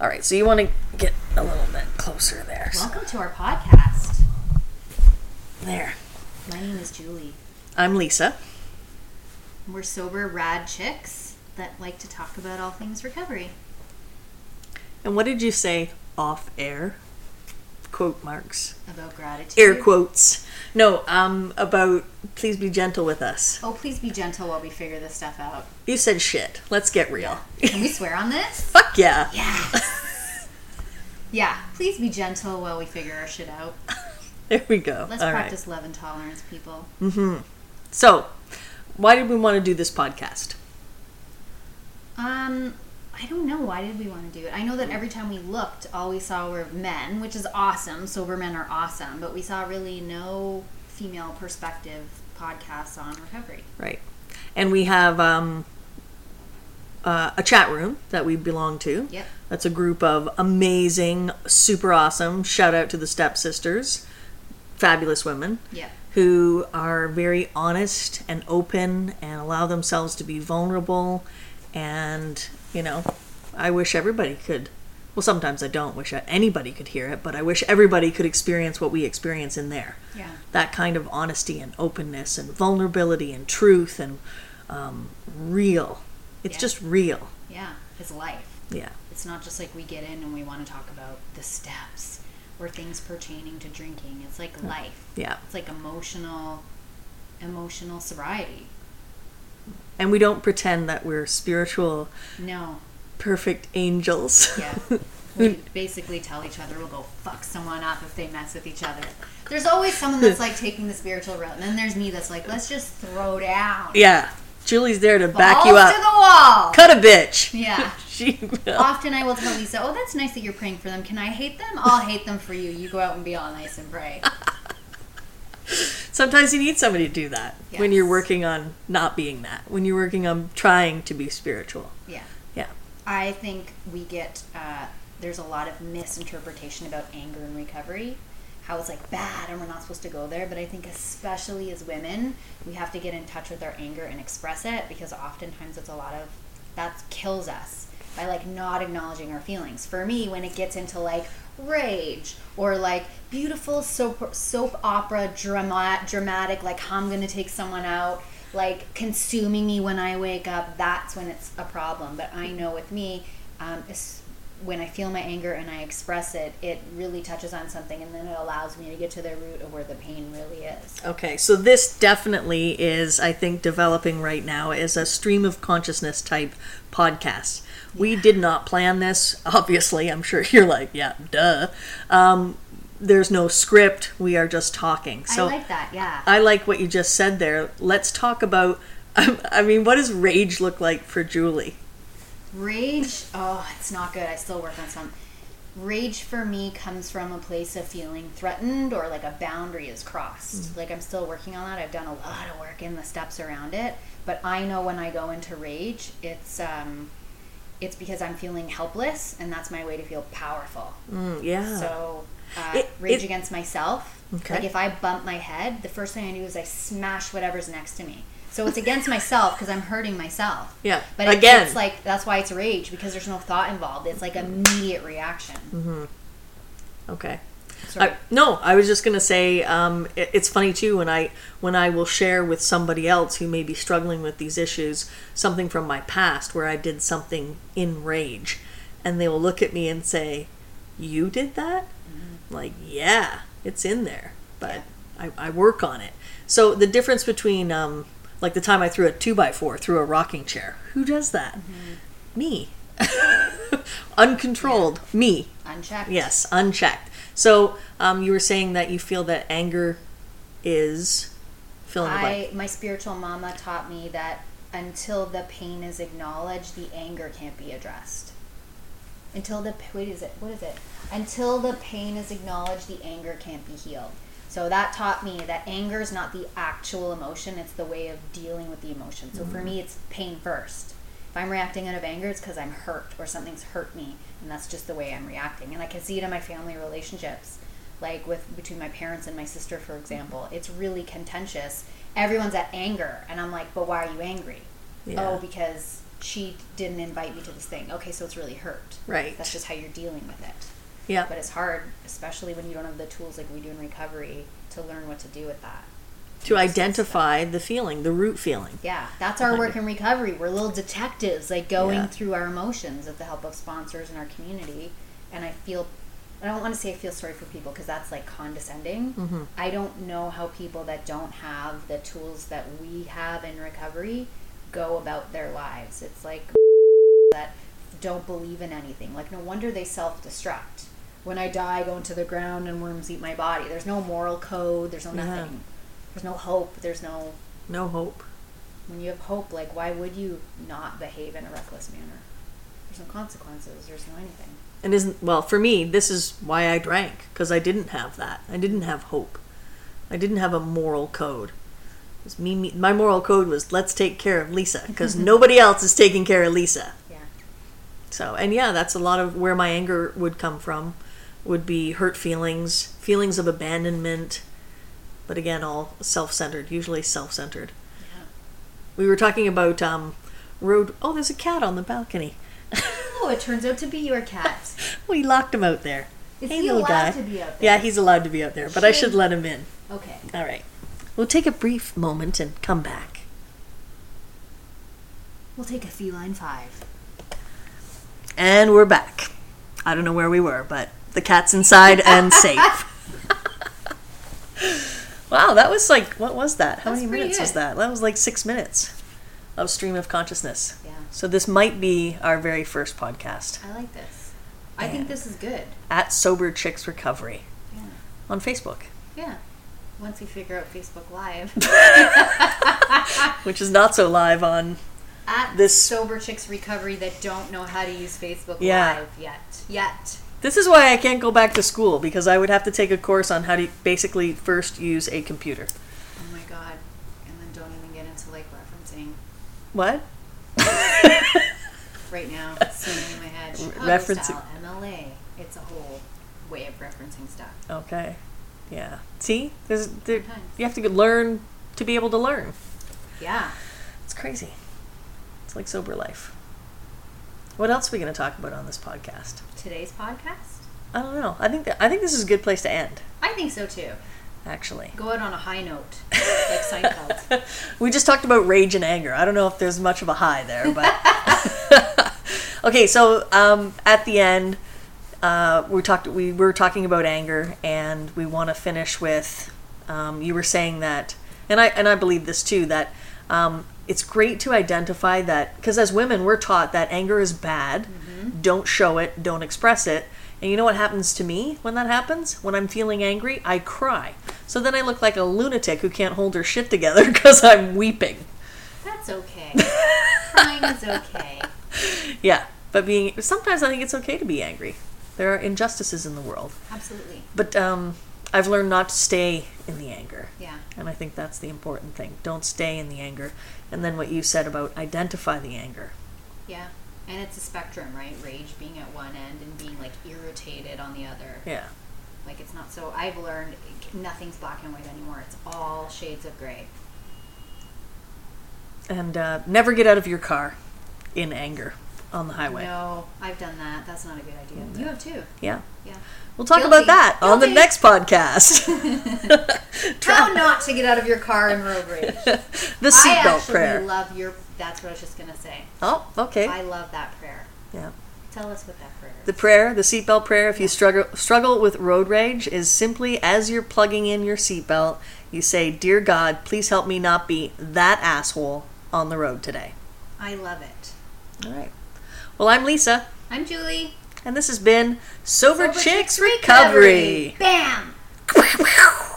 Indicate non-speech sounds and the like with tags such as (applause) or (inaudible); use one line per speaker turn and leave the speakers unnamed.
All right, so you want to get a little bit closer there. so-
Welcome to our podcast.
There.
My name is Julie.
I'm Lisa.
We're sober, rad chicks that like to talk about all things recovery.
And what did you say off air? Quote marks.
About gratitude.
Air quotes. No, um, about please be gentle with us.
Oh, please be gentle while we figure this stuff out.
You said shit. Let's get real.
Can we swear on this?
Fuck (laughs) yeah.
Yes. yeah, please be gentle while we figure our shit out.
There we go.
Let's
All right.
practice love and tolerance, people.
So, why did we want to do this podcast?
Um, I don't know. Why did we want to do it? I know that every time we looked, all we saw were men, which is awesome. Sober men are awesome, but we saw really no female perspective podcasts on recovery.
Right. And we have um, uh, a chat room that we belong to.
Yep.
That's a group of amazing, super awesome, shout out to the stepsisters, fabulous women
Yeah.
who are very honest and open and allow themselves to be vulnerable. And, you know, I wish everybody could. Well, sometimes I don't wish anybody could hear it, but I wish everybody could experience what we experience in there
Yeah.
that kind of honesty and openness and vulnerability and truth and um, real. It's
Yeah.
just real.
Yeah. It's life.
Yeah.
It's not just like we get in and we want to talk about the steps or things pertaining to drinking. It's
Hmm.
like life.
Yeah.
It's like emotional emotional sobriety.
And we don't pretend that we're spiritual,
No.
perfect angels.
Yeah.
Hmm.
We basically tell each other we'll go fuck someone up if they mess with each other. There's always someone that's like taking the spiritual route, and then there's me that's like, let's just throw down.
(laughs) yeah. Julie's there to back
Balls
you
to
up.
the wall.
Cut a bitch. (laughs)
Yeah.
She will.
Often I will tell Lisa, oh, that's nice that you're praying for them. Can I hate them? I'll hate them for you. You go out and be all nice and pray.
Sometimes you need somebody to do that when
Yes.
you're working on not being that, when you're working on trying to be spiritual.
Yeah.
Yeah.
I think we get uh, there's a lot of misinterpretation about anger and recovery, how it's like bad and we're not supposed to go there. But I think especially as women, we have to get in touch with our anger and express it because oftentimes it's a lot of that kills us by like not acknowledging our feelings. For me, when it gets into like rage or like beautiful soap soap opera drama dramatic like how I'm gonna take someone out like consuming me when I wake up, that's when it's a problem. But I know with me, um, it's when I feel my anger and I express it, it really touches on something and then it allows me to get to the root of where the pain really is.
Okay, so this definitely is, I think, developing right now as a stream of consciousness type podcast. We did not plan this, obviously. I'm sure (laughs) you're like, yeah, duh. Um, there's no script. We are just talking. So
I like that, yeah.
I like what you just said there. Let's talk about. (laughs) I mean, what does rage look like for Julie?
Rage, oh, it's not good. I still work on some. Rage for me comes from a place of feeling threatened or like a boundary is
Mm.
crossed. Like I'm still working on that. I've done a lot of work in the steps around it, but I know when I go into rage, it's um it's because I'm feeling helpless and that's my way to feel powerful.
Mm, yeah.
So uh,
It-
rage
it-
against myself.
Okay.
Like if I bump my head, the first thing I do is I smash whatever's next to me. So it's against (laughs) myself because I'm hurting myself.
Yeah.
But it,
Again. Mm.
it's like that's why it's rage because there's no thought involved. It's like immediate reaction.
okay.
Sorry.
I, no, I was just gonna say um, it, it's funny too when I when I will share with somebody else who may be struggling with these issues something from my past where I did something in rage, and they will look at me and say, "You did that?" Like, yeah, it's in there, but I, I work on it. So the difference between um, like the time I threw a two by four through a rocking chair, who does that? Me. (laughs) Uncontrolled, me.
Unchecked.
Yes, unchecked. So um, you were saying that you feel that anger is fill in the blank.
I my spiritual mama taught me that until the pain is acknowledged, the anger can't be addressed. Until the wait is it what is it? Until the pain is acknowledged, the anger can't be healed. So that taught me that anger is not the actual emotion; it's the way of dealing with the emotion. So for
Mm-hmm.
me, it's pain first. If I'm reacting out of anger, it's because I'm hurt or something's hurt me, and that's just the way I'm reacting. And I can see it in my family relationships like with between my parents and my sister for example
Mm-hmm.
it's really contentious everyone's at anger and i'm like but why are you angry
Yeah.
oh because she didn't invite me to this thing. Okay, so it's really hurt.
Right.
That's just how you're dealing with it.
Yeah.
But it's hard, especially when you don't have the tools like we do in recovery to learn what to do with that.
to identify the feeling, the root feeling.
Yeah, that's our work in recovery. We're little detectives, like going
Yeah.
through our emotions with the help of sponsors in our community. And I feel, I don't want to say I feel sorry for people because that's like condescending.
Mm-hmm.
I don't know how people that don't have the tools that we have in recovery go about their lives. It's like (laughs) that don't believe in anything. Like, no wonder they self destruct. When I die, I go into the ground and worms eat my body. There's no moral code, there's no
Yeah.
nothing. There's no hope, there's no
No hope.
when you have hope, like why would you not behave in a reckless manner? There's no consequences. There's no anything.
And isn't well for me, this is why I drank because I didn't have that. I didn't have hope. I didn't have a moral code. It was me, me my moral code was let's take care of Lisa
(laughs)
because nobody else is taking care of Lisa.
Yeah.
So, and yeah, that's a lot of where my anger would come from would be hurt feelings, feelings of abandonment, but again, all self centered, usually self centered.
Yeah.
We were talking about um, road. Oh, there's a cat on the balcony. (laughs)
Oh, it turns out to be your cat. (laughs)
We locked him out there.
Is
Hey,
he
little
allowed
guy.
to be out there?
Yeah, he's allowed to be out there, but I should
Should-
let him in.
Okay.
All right. We'll take a brief moment and come back.
We'll take a feline five.
And we're back. I don't know where we were, but the cat's inside and safe. wow, that was like, what was that? How
That's
many
pretty
minutes was
good.
that? That was like six minutes of stream of consciousness.
Yeah.
So this might be our very first podcast
I like this. I think this is good.
at Sober Chicks Recovery
Yeah.
on Facebook,
Yeah. Once we figure out Facebook Live (laughs)
which is not so live on.
at
This-
sober chicks recovery that don't know how to use Facebook
Yeah.
Live yet. Yet.
This is why I can't go back to school because I would have to take a course on how to basically first use a computer.
Oh my god. And then don't even get into like referencing
What? (laughs)
right now. It's swimming in my head. Chicago
referencing-
style, MLA. It's a whole way of referencing stuff.
Okay. Yeah. See, there's there,
Sometimes.
you have to learn to be able to learn.
Yeah.
It's crazy. It's like sober life. What else are we going to talk about on this podcast?
Today's podcast?
I don't know. I think that, I think this is a good place to end.
I think so too.
Actually,
Go out on a
(laughs)
high note, like Seinfeld.
we just talked about rage and anger. I don't know if there's much of a high there,
(laughs)
but (laughs) okay. So um, at the end, uh, we talked. We were talking about anger, and we want to finish with. Um, you were saying that, and I and I believe this too. That um, it's great to identify that because as women, we're taught that anger is bad. Don't show it. Don't express it. And you know what happens to me when that happens? When I'm feeling angry, I cry. So then I look like a lunatic who can't hold her shit together (laughs) because I'm weeping.
That's okay. Crying is okay.
(laughs) Yeah, but being sometimes I think it's okay to be angry. There are injustices in the world,
Absolutely.
but um, I've learned not to stay in the anger,
Yeah.
and I think that's the important thing. Don't stay in the anger, and then what you said about identify the anger.
Yeah. And it's a spectrum, right? Rage being at one end and being like irritated on the other.
Yeah,
Like it's not so. I've learned nothing's black and white anymore. It's all shades of gray.
and uh, never get out of your car in anger on the highway.
No, I've done that. That's not a good idea. You have too.
Yeah,
Yeah.
we'll talk
Guilty.
about that on the
Guilty.
next
(laughs)
podcast. (laughs)
How not to get out of your car in road rage.
the
I
seatbelt
actually
prayer.
love your. That's what I was just gonna say.
oh, okay.
I love that prayer.
yeah.
Tell us what that prayer is.
The prayer, the seatbelt prayer, if you struggle struggle with road rage, is simply as you're plugging in your seatbelt, you say, "Dear God, please help me not be that asshole on the road today."
I love it.
All right. Well, I'm Lisa,
I'm Julie.
and this has been Sober,
Sober
Chicks, Recovery.
Bam.
Recovery.